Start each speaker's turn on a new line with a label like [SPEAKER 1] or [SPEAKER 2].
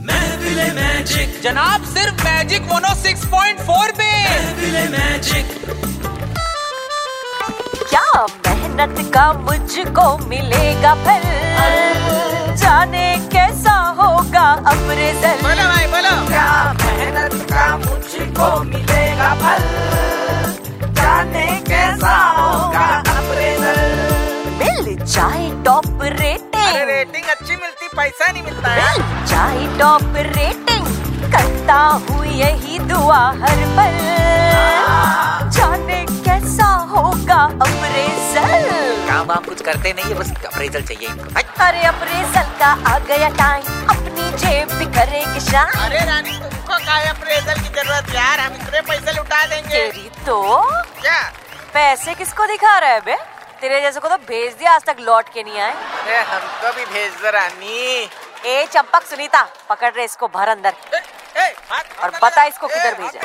[SPEAKER 1] महफिल मैजिक
[SPEAKER 2] जनाब सिर्फ मैजिक मोनो 6.4 पे
[SPEAKER 1] महफिल मैजिक
[SPEAKER 3] क्या मेहनत का मुझको मिलेगा फल जाने कैसा होगा अब रिजल्ट
[SPEAKER 2] बोलो भाई बोलो
[SPEAKER 3] क्या मेहनत का मुझको मिलेगा फल जाने कैसा होगा अब रिजल्ट मिल जाए टॉप
[SPEAKER 2] अरे
[SPEAKER 3] रेटिंग
[SPEAKER 2] रेटिंग अच्छी मिलती पैसा नहीं मिलता है
[SPEAKER 3] मिल जाए टॉप रेटिंग करता हूँ यही दुआ हर पल जाने कैसा होगा अप्रेजल
[SPEAKER 2] काम वाम कुछ करते नहीं है बस अप्रेजल चाहिए इनको हट।
[SPEAKER 3] अरे अप्रेजल का आ गया टाइम अपनी जेब भी करेगी शान
[SPEAKER 2] अरे रानी तुमको का अप्रेजल की जरूरत यार हम इतने पैसे लुटा देंगे
[SPEAKER 3] तेरी तो
[SPEAKER 2] क्या
[SPEAKER 3] पैसे किसको दिखा रहा है बे तेरे जैसे को तो भेज दिया आज तक लौट के नहीं आए
[SPEAKER 2] अरे हमको भी भेज दो रानी
[SPEAKER 3] ए चंपक सुनीता पकड़ रहे इसको भर अंदर
[SPEAKER 2] ए, ए, हाथ-
[SPEAKER 3] और बता इसको किधर
[SPEAKER 2] ए,
[SPEAKER 3] भेजा